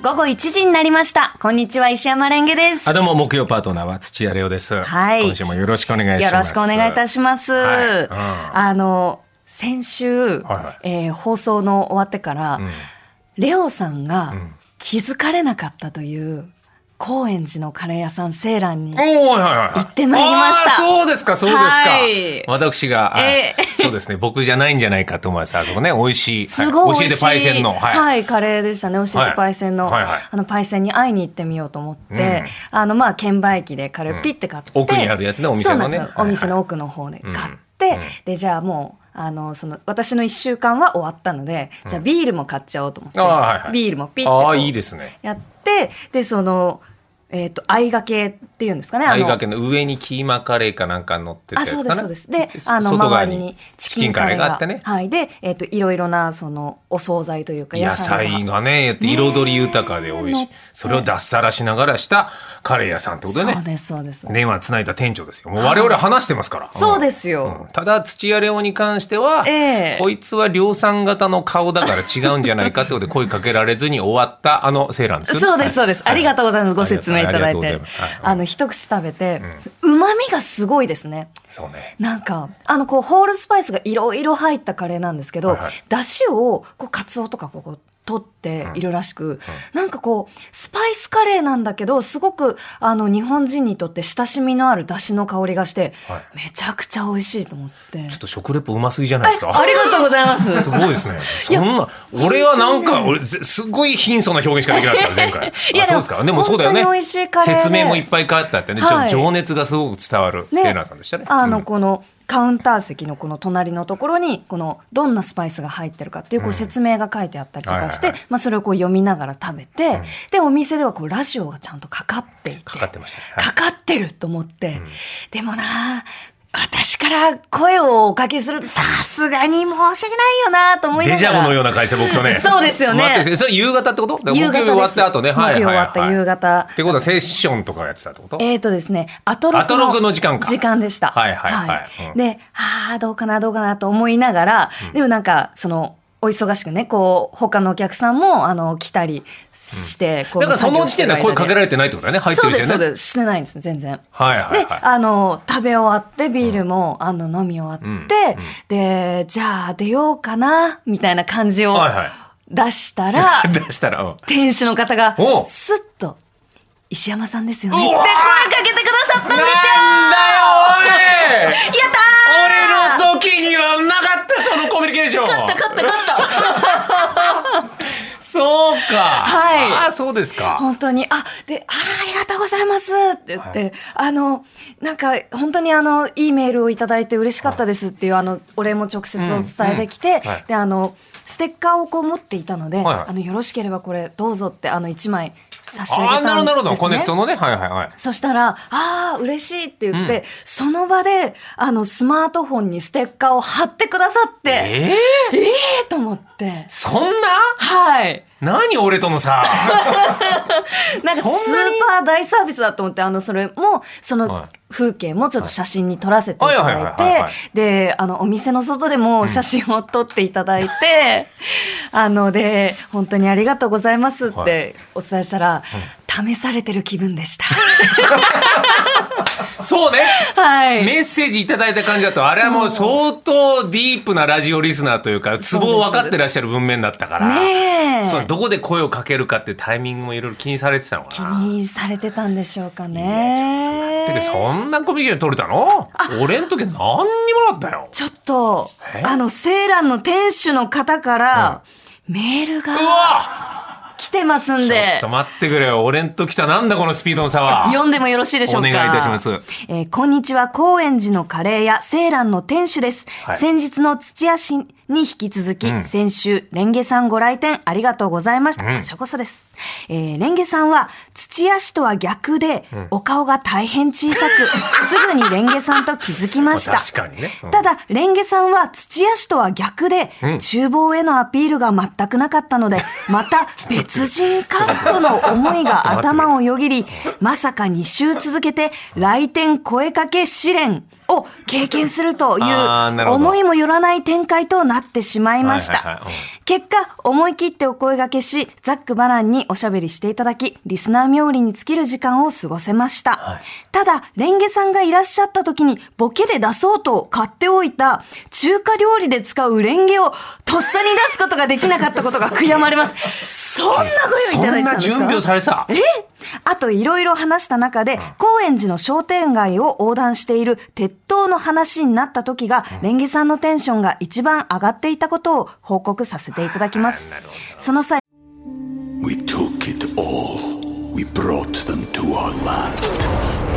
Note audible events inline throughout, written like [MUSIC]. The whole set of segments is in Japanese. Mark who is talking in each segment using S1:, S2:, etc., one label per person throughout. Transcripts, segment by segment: S1: 午後1時になりました。こんにちは、石山レンゲです。
S2: あ、どうも、木曜パートナーは土屋レオです。
S1: はい
S2: 今週もよろしくお願いしま
S1: よ
S2: す。
S1: ろしくお願いいたします。
S2: はいうん
S1: あの、先週、
S2: はいはい
S1: えー放送の終わってから、レオさんが気づかれなかったという、高円寺のカレー屋さん、セーランに、
S2: おーはいはいはい。行
S1: ってまいりました
S2: そうですか、そうですか。
S1: はい
S2: 私が、はい
S1: ええ
S2: そうですね、僕じゃないんじゃないかと思います。あそこね、美味しい。は
S1: すごい美味しい、
S2: 教えてパイセンの。
S1: はい、
S2: はい。
S1: カレーでしたね。教えてパイセンの、
S2: はいはいはい
S1: あのパイセンに会いに行ってみようと思って、
S2: ん
S1: あのまあ券売機でカレーをピッて買って、
S2: うん奥にあるやつねお店
S1: そ
S2: のね
S1: うなんですよ
S2: はいはい
S1: お店の奥の方で買って、でじゃあもう。あのその私の1週間は終わったので、じゃあビールも買っちゃおうと思って、
S2: あーはいはい
S1: ビールもピッて
S2: あ
S1: こ
S2: あ、
S1: う
S2: いいですね。
S1: やってでその、えっと相掛けっていうんですかねあ
S2: 愛
S1: の
S2: がけの上にキーマカレーかなんか乗ってた
S1: あ
S2: やつ
S1: そうで
S2: かな
S1: すそうですで
S2: そ
S1: あの
S2: 外側
S1: 周りにチ
S2: チ
S1: キ
S2: キ
S1: ン
S2: ン
S1: カ
S2: カ
S1: レー
S2: レー
S1: が
S2: があってね。
S1: はい、で、えっといろいろなそのお惣菜というか
S2: 野菜がね、やって彩り豊かで美味し
S1: ね
S2: い。それを脱サラしながらしたカレー屋さんってことで
S1: そう
S2: ね。
S1: ですそうです、
S2: 電話つないだ店長ですよ。もう我々話してますから。
S1: そうんですよ、
S2: ただ土屋レオに関しては、
S1: ええ
S2: こいつは量産型の顔だから違うんじゃないかってことで声かけられずに終わったあのセーランですよね
S1: そうです、そうです。ありがとうございます。
S2: は
S1: ご説明いただ
S2: ありが
S1: い
S2: とうござ
S1: て
S2: ますはい。
S1: あの、一口食べて、うまみがすごいですね。
S2: そうね
S1: なんか、あの、こう、ホールスパイスがいろいろ入ったカレーなんですけど、
S2: はいはい
S1: だしを、こう、カツオとか、こう、取っているらしく、なんかこう、スパイスカレーなんだけど、すごく、あの、日本人にとって親しみのあるだしの香りがして、
S2: はい
S1: めちゃくちゃ美味しいと思って
S2: ちょっ。と食レポうますぎじゃないですか
S1: ありがとうございます。
S2: すごいですね。そんな、俺はなんか、俺、ぜすごい貧相な表現しかできなかった、前回。
S1: いや
S2: あそうですか。で
S1: でも
S2: もそうだよね
S1: 本当に美味しいカ。レーで
S2: 説明もいっぱい書いてあってね、ちょ
S1: はい
S2: 情熱がすごく伝わるセーラーさんでしたね。
S1: あの、
S2: うん
S1: このカウンター席のこの隣のところに、このどんなスパイスが入ってるかっていうこう説明が書いてあったりとかし
S2: は
S1: て
S2: いはいはい、
S1: まあそれをこう読みながら食べて、で、お店ではこうラジオがちゃんとかかっていて。
S2: かかってましたねはい
S1: かかってると思って。でもなあ私から声をおかけするとさすがに申し訳ないよなあと思いな
S2: デ
S1: が
S2: ジ
S1: ら。
S2: ャブのような会社、僕と
S1: [LAUGHS]
S2: ね。
S1: そうですよね
S2: 待ってそれ夕方ってことだから
S1: 夕方
S2: 木曜日終わった後ね。
S1: です
S2: はいは
S1: 木
S2: いはい。
S1: 曜終わった夕方
S2: ってことは、セッションとかやってたってこと
S1: えーとですね、アトロ
S2: アトロ
S1: ク
S2: ク
S1: の
S2: の時間か
S1: 時間でした。
S2: はいはいはいうん
S1: で、ああ、どうかな、どうかなと思いながら、でもなんか、その、お忙しくね、こう、他のお客さんも、あの、来たりして、こう
S2: だからその時点では声かけら
S1: れ
S2: れてないってことだね。入って
S1: そう
S2: る
S1: です、
S2: 時
S1: そ
S2: 点
S1: う
S2: でね。
S1: です。してないんです、全然。
S2: はいはい
S1: で、
S2: は
S1: あの、食べ終わって、ビールも、あの、飲み終わって、で、じゃあ出ようかな、みたいな感じを
S2: はいはい
S1: 出した
S2: [LAUGHS]
S1: ら、
S2: い。出したら、うん
S1: 店主の方が
S2: お、う
S1: スッと、石山さんですよね。っ
S2: う
S1: て
S2: わ
S1: 声
S2: ー
S1: かけてくださったんですよ
S2: なんだよ、おい
S1: やったー
S2: [LAUGHS] 俺の時にはなかったそのコミュニケーション
S1: 勝った勝った勝った
S2: そうか
S1: はい
S2: ああそうですか
S1: 本当に、あ、で、あー、ありがとうございますって言って、あの、なんか、本当にあの、いいメールをいただいて嬉しかったですっていう、あの、お礼も直接お伝えできて、
S2: うんはい
S1: で、あの、ステッカーをこう持っていたので、
S2: はいはい
S1: あの、よろしければこれ、どうぞって、あの、一枚差し上げ
S2: あ
S1: た
S2: あ
S1: んです、ね。
S2: なるほどなるほどコネクトのねはいはいはい
S1: そしたら、ああ、嬉しいって言って、その場で、あの、スマートフォンにステッカーを貼ってくださって、え
S2: ええ
S1: えと思って。
S2: そんな
S1: はい。
S2: 何俺と
S1: [LAUGHS]
S2: の
S1: なん
S2: さ
S1: かスー
S2: そんなに
S1: パー大サービスだと思って、あの、それも、その
S2: はい
S1: 風景もちょっと写真に撮らせていた
S2: はいはい
S1: だい
S2: はいはい
S1: て
S2: はい、
S1: で、あの、お店の外でも写真を撮っていただい
S2: [LAUGHS]
S1: て、あの、で、本当にありがとうございますっ
S2: は
S1: てお伝えしたら、試されてる気分でした。 [LAUGHS]
S2: そうね
S1: はい。
S2: メッセージいただいた感じだとあれはもう相当ディープなラジオリスナーというかツボを分かってらっしゃる文面だったから
S1: ねえ
S2: そうどこで声をかけるかってタイミングもいろいろ気にされてたのか
S1: 気
S2: な
S1: にされてたんでしょうか
S2: いやち
S1: ね。
S2: てかそんなコミュニケーション取れたの俺の時は何にもなかったよ
S1: ちょっと
S2: え、
S1: あの、セーランの店主の方から、メールが
S2: うわ
S1: 来てますん
S2: ちょ
S1: で
S2: っと。待ってくれよ。俺んときたなんだこのスピードの差は。
S1: 読んでもよろしいでしょうか
S2: お願いいたします
S1: えーこんにちは、高円寺のカレー屋、セーランの店主です。
S2: はい
S1: 先日の土屋市、に引き続き、先週、レンゲさんご来店ありがとうございました。こちらこそです。えー、レンゲさんは、土屋氏とは逆で、お顔が大変小さ
S2: [LAUGHS]
S1: く、すぐにレンゲさんと気づきました。
S2: 確かにねうん
S1: ただ、レンゲさんは土屋氏とは逆で、厨房へのアピールが全くなかったので、
S2: [LAUGHS]
S1: また別人かとの思いが頭をよぎり、まさか2週続けて来店声かけ試練を経験するとい
S2: あーな
S1: う
S2: るほど
S1: 思いもよらない展開となってしまいまし
S2: はいはい
S1: た
S2: はいうん。
S1: 結果、思い切ってお声掛けし、ザックバランにおしゃべりしていただき、リスナー冥利に尽きる時間を過ごせました。ただ、レンゲさんがいらっしゃった時に、ボケで出そうと買っておいた、中華料理で使うレンゲを、とっさに出すことができなかったことが悔やまれます。 [LAUGHS] そんなご用意いただいてたんですか
S2: そんな準備をされてた
S1: えあといろいろ話した中で、高円寺の商店街を横断している鉄塔の話になった時が、レンゲさんのテンションが一番上がっていたことを報告させていただきます。その際、
S3: We took it all. We brought them to our land.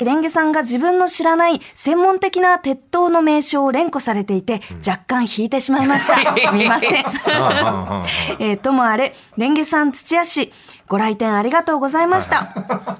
S1: レンゲさんが自分の知らない専門的な鉄塔の名称を連呼されていて、若干引いてしまいま [LAUGHS] した。すみません。 [LAUGHS] えーともあれ、レンゲさん土屋氏、ご来店ありがとうございました。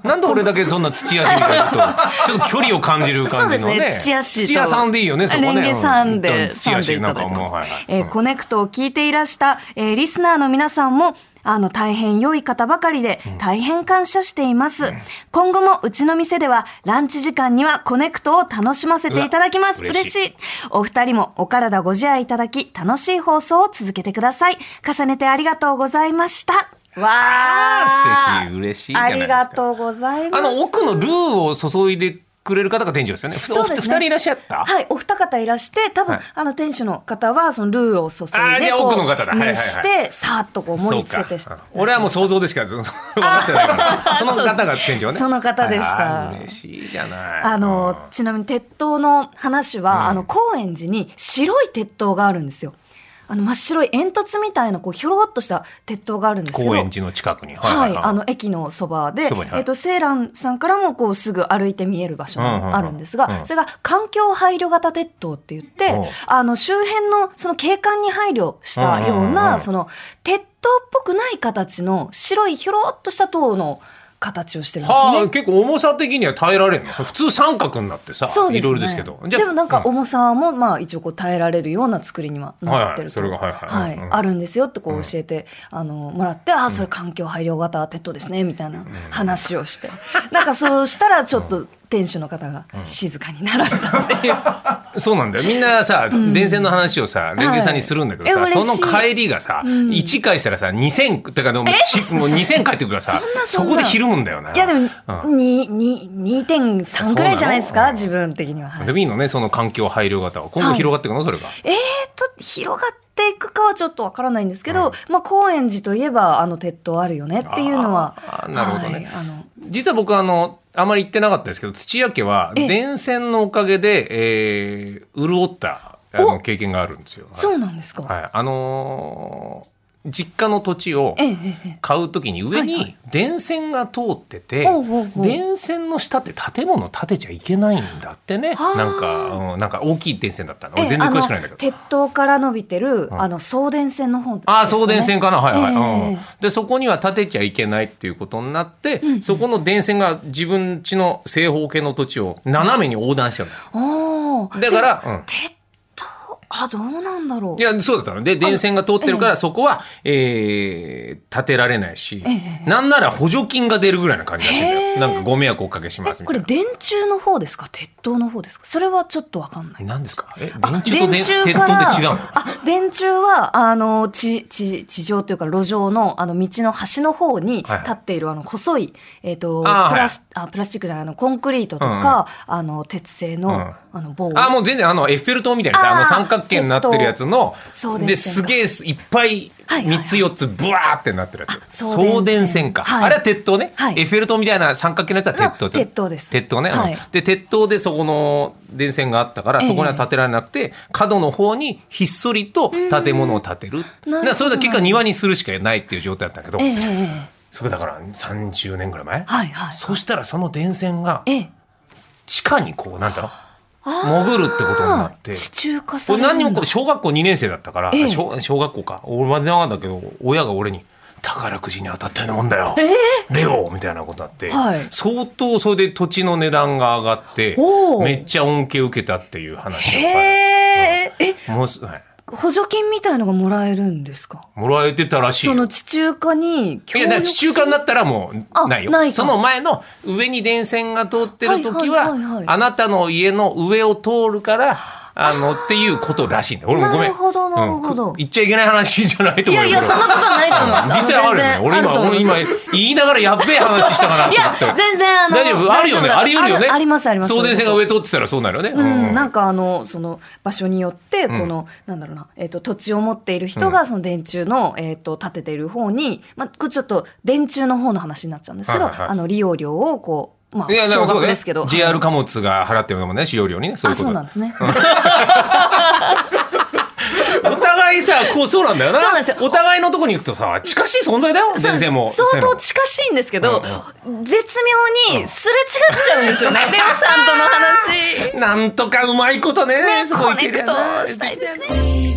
S2: なんで俺だけそんな土屋氏みたいな
S1: [LAUGHS]
S2: ちょっと距離を感じる感じの
S1: そ
S2: ね
S1: うですね土屋氏と
S2: 土屋さんでいいよねそこ
S1: レ
S2: ね
S1: ンゲさんで
S2: う土屋
S1: さんで
S2: 氏
S1: い
S2: な
S1: た
S2: ん
S1: だい
S2: か
S1: て
S2: もう
S1: ま
S2: はい
S1: す
S2: はい
S1: えーコネクトを聞いていらした、えーリスナーの皆さんもあの大変良い方ばかりで大変感謝しています、今後もうちの店ではランチ時間にはコネクトを楽しませていただきます
S2: うわ嬉
S1: 嬉
S2: し
S1: し
S2: い
S1: いお二人もお体ご自愛いただき楽しい放送を続けてください重ねてありがとうございましたわあ
S2: あー素敵嬉しいじゃな
S1: あ
S2: いで
S1: り
S2: すか
S1: がとうございま
S2: あ
S1: す
S2: の奥のルーを注いでくれる方が店長ですよねふ
S1: そうですね
S2: お二人いらっしゃった
S1: はい、お二方いらして、多分、
S2: はい
S1: あの店主の方はそのルーを注いで、
S2: あーじゃあ
S1: こう
S2: 奥の方だはいはいはい
S1: 熱して、さーっとこう盛り付けてし
S2: そうか俺はもう想像でしか
S1: [LAUGHS]
S2: ず分かってないからその方が店長ね
S1: その方でした
S2: はい嬉しいじゃない
S1: あのちなみに鉄塔の話は、あの高円寺に白い鉄塔があるんですよ。あの真っ白い煙突みたいなこうひょろっとした鉄塔があるんですけど。
S2: 高円寺の近くに
S1: はい、あの駅のそばで
S2: そばに、はい
S1: えっと、セーランさんからもこうすぐ歩いて見える場所
S2: うんうんうん
S1: があるんですが、
S2: うん
S1: それが環境配慮型鉄塔って言って
S2: おう、
S1: あの周辺のその景観に配慮したよう
S2: うんうんうん
S1: な、その鉄塔っぽくない形の白いひょろっとした塔の形をしてるんです
S2: は
S1: ね
S2: あ、。結構重さ的には耐えられるの普通三角になってさ、
S1: そうで
S2: いろ
S1: す
S2: いろです
S1: ね
S2: けど。。
S1: でもなんか
S2: う
S1: 重さもまあ一応こう耐えられるような作りにはなってると。
S2: はいはいそれがはいはいうんうん
S1: あるんですよってこう教えて、あのもらって、ああそれ環境配慮型テッドですねみたいな話をして、なんかそうしたらちょっと店主の方が静かになられた。
S2: [LAUGHS] そうなんだよ。みんなさ、電線の話をさ、レンゲさんにするんだけどさ、
S1: はいえ
S2: そ
S1: 嬉し
S2: の
S1: い
S2: 帰りがさ、一、回したらさ、二千だからもうしもう二千帰ってくるからさ
S1: そんな
S2: そ
S1: そんな
S2: こでひるむんだよな。
S1: いやでも
S2: うん
S1: にに2.3ぐらいじゃないです
S2: そうな
S1: か
S2: の
S1: 自分的には。はい
S2: でもいいのね、その環境配慮型は。今後広がっていくの、それが。
S1: えーと、広がっていくかはちょっとわからないんですけど、まあ、高円寺といえば、あの、鉄塔あるよねっていうのは、
S2: あーなるほどね
S1: はい、あの、
S2: 実は僕あのあまり言ってなかったですけど土屋家は
S1: ええ
S2: 電線のおかげで、えー、潤ったあの
S1: お
S2: 経験があるんですよ。はい
S1: そうなんですか。
S2: はい、あのー実家の土地を
S1: ええええええ
S2: 買うときに上
S1: はいは
S2: に電線が通ってて、
S1: おうおうおう
S2: 電線の下って建物建てちゃいけないんだってね
S1: はあ
S2: なんか、うん、なんか大きい電線だったの
S1: ええ
S2: 俺全然詳しくないんだ
S1: あの
S2: けど
S1: 鉄塔から伸びてる、あの送電線の方ですかね、
S2: ああ送電線かなはいはい、
S1: ええ
S2: うん、でそこには建てちゃいけないっていうことになって、そこの電線が自分家の正方形の土地を斜めに横断しちゃうの
S1: おー
S2: だから、うん
S1: で鉄塔あどうなんだろう
S2: いや、そうだったの。で、電線が通ってるから、そこは、えー、立てられないし、なんなら補助金が出るぐらいな感じだったんだ
S1: へ
S2: よ。
S1: ー
S2: なんかご迷惑をおかけしま
S1: え
S2: すみ
S1: これ
S2: たいな。
S1: 電柱の方ですか鉄塔の方ですかそれはちょっとわかんない
S2: 何ですかえ、
S1: あ
S2: 電柱と電
S1: 電
S2: 鉄
S1: 柱から
S2: 塔って違うの
S1: あ電柱はあの地地地上というか路上のあの道の端の方に
S2: はい
S1: 立っているあの細い、えっとプ
S2: あー
S1: ラスあプラスチックじゃないあのコンクリートとか、あの鉄製の,、
S2: うん
S1: あの棒
S2: あ、もう全然あの、エッフェル塔みたいなさ、
S1: あー
S2: あの三角角形になってるやつの
S1: 送電線が
S2: ですげえいっぱい
S1: はいはい
S2: 3つ4つブワーってなってるやつ
S1: あ送電線
S2: 送電線か
S1: はい
S2: あれは鉄塔ね
S1: はい
S2: エッフェル塔みたいな三角形のやつは鉄塔って
S1: あ鉄塔です
S2: 鉄塔ねうん
S1: はい
S2: で鉄塔でそこの電線があったから
S1: ええ
S2: そこには建てられなくて角の方にひっそりと建物を建て
S1: な
S2: る
S1: るほど
S2: だからそれだけ結果庭にするしかないっていう状態だったけど
S1: ええええ
S2: それだから30年ぐらい前
S1: はいはい
S2: そしたらその電線が
S1: ええ
S2: 地下にこうなんだろ潜るってことになって
S1: あー地中化さ
S2: 俺
S1: れるんだ
S2: 何にもこう小学校2年生だったから、
S1: ええ
S2: 小小学校か俺全然わかんないけど親が俺に「宝くじに当たったようなもんだよ、レオ」みたいなことあって、
S1: はい
S2: 相当それで土地の値段が上がって
S1: おー
S2: めっちゃ恩恵受けたっていう話
S1: へ
S2: だから
S1: ええ
S2: もうすはい
S1: 補助金みたいのがもらえるんですか
S2: もらえてたらしい
S1: そ
S2: よ
S1: の地中化に
S2: いやだから地中
S1: 化
S2: 間になったらもう
S1: あ
S2: ないよ
S1: ないか
S2: その前の上に電線が通ってる時は,、
S1: はいはいはいはい
S2: あなたの家の上を通るからあのっていうことらしいんだよ俺もごめん
S1: なるほどなるほど
S2: うんく言っちゃいけない話じゃないと
S1: い
S2: 思う
S1: やいやそんなことはないと思います
S2: 実際あるよね俺今俺今言いながらやっべえ話したかなと
S1: い
S2: 思
S1: や
S2: って
S1: 全然あの
S2: 大丈夫あるよ
S1: 大丈
S2: ね
S1: 夫
S2: あり得るよね
S1: あありますあります
S2: 送電線が上通ってたらそうなるよね、
S1: うん、なんんかあのその場所によってこ
S2: ん
S1: の、なんだろうな、えっと土地を持っている人がその電柱の、えっと建てている方に、まあ、これちょっと電柱の方の話になっちゃうんですけど、
S2: はいはいはい
S1: あの利用料をこう、まあ、
S2: いやだか
S1: 少
S2: らそう
S1: 額
S2: ね
S1: ですけど、
S2: JR 貨物が払ってるのもね使用料にねそう
S1: あ
S2: いうこ
S1: そう
S2: と
S1: なんですね。 [LAUGHS]
S2: お互いさ、こう、そうなんだよな。
S1: そうなんですよ
S2: お互いのとこに行くとさ、近しい存在だよ、全然もう。
S1: 相当近しいんですけど、絶妙にすれ違っちゃうん [LAUGHS] ですよね、レオさんとの話。
S2: [LAUGHS] なんとかうまいことね、
S1: ね
S2: そ
S1: コ
S2: こ行け
S1: ネク
S2: る
S1: トしたいですね。